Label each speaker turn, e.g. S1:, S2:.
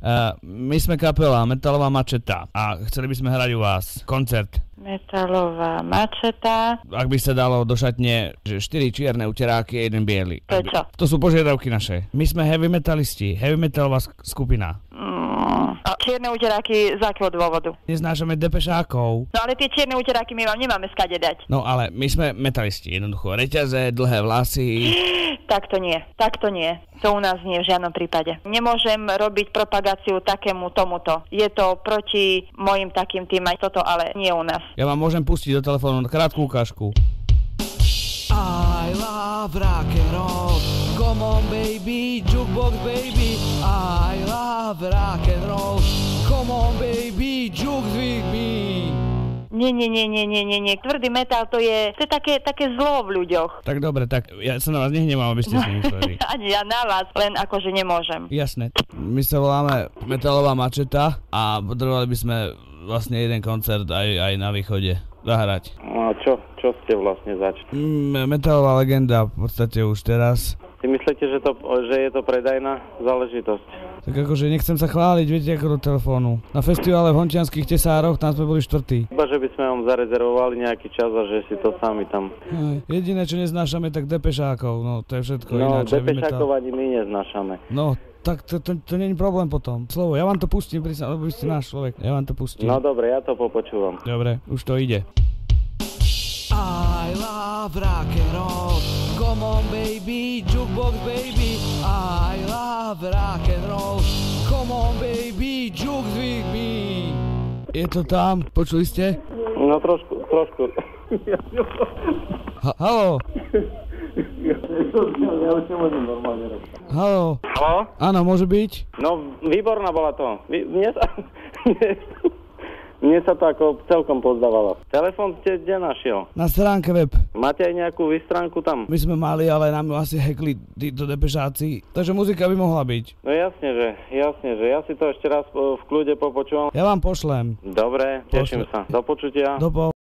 S1: Uh, my sme kapela Metalová mačeta a chceli by sme hrať u vás koncert.
S2: Metalová mačeta.
S1: Ak by sa dalo do šatne, že 4 čierne uteráky a jeden biely.
S2: To
S1: Ak
S2: je
S1: by-
S2: čo?
S1: To sú požiadavky naše. My sme heavy metalisti, heavy metalová sk- skupina.
S2: Mm. A čierne uteráky z akého dôvodu?
S1: Neznášame depešákov.
S2: No ale tie čierne uteráky my vám nemáme skade dať.
S1: No ale my sme metalisti, jednoducho. Reťaze, dlhé vlasy.
S2: Takto nie, takto nie. To u nás nie v žiadnom prípade. Nemôžem robiť propagáciu takému tomuto. Je to proti mojim takým tým aj toto, ale nie u nás.
S1: Ja vám môžem pustiť do telefónu krátku ukážku.
S3: I love rock and roll. Come on, baby, jukebox, baby. I love rock and roll. Come on, baby, jukes with me.
S2: Nie, nie, nie, nie, nie, nie, nie. Tvrdý metal to je, to je také, také zlo v ľuďoch.
S1: Tak dobre, tak ja sa na vás nehnevám, aby ste si mysleli.
S2: Ani ja na vás, len akože nemôžem.
S1: Jasné. My sa voláme Metalová mačeta a potrebovali by sme vlastne jeden koncert aj, aj na východe zahrať.
S4: No a čo, čo ste vlastne zač?
S1: Mm, metalová legenda v podstate už teraz.
S4: Ty myslíte, že, to, že je to predajná záležitosť?
S1: Tak akože nechcem sa chváliť, viete, ako do telefónu. Na festivale v Hončianských tesároch, tam sme boli štvrtí.
S4: Iba, že by sme vám zarezervovali nejaký čas a že si to sami tam...
S1: Aj, Jediné, čo neznášame, tak depešákov, no to je všetko
S4: No,
S1: ináč. heavy metal.
S4: depešákov ani my neznášame.
S1: No, tak to, to, to není problém potom. Slovo, ja vám to pustím, prísam, lebo vy ste náš človek. Ja vám to pustím.
S4: No dobre, ja to popočúvam.
S1: Dobre, už to ide.
S3: I love rock and roll. Come on, baby, jukebox, baby. I love rock and roll. Come on, baby, jukes with me.
S1: Je to tam, počuli ste?
S4: No trošku, trošku.
S1: Ha- halo,
S4: Ja už nemôžem normálne robiť.
S1: halo,
S4: Halo?
S1: áno, môže byť?
S4: No, výborná bola to. Vy- Mne sa... Mne sa to ako celkom pozdávalo. Telefón ste kde našiel?
S1: Na stránke web.
S4: Máte aj nejakú vystránku tam?
S1: My sme mali, ale nám ju asi hackli títo depešáci. Takže muzika by mohla byť.
S4: No jasne, že, jasne, že. Ja si to ešte raz e, v kľude popočúvam.
S1: Ja vám pošlem.
S4: Dobre,
S1: Pošle-
S4: teším sa. Do počutia.
S1: Do po...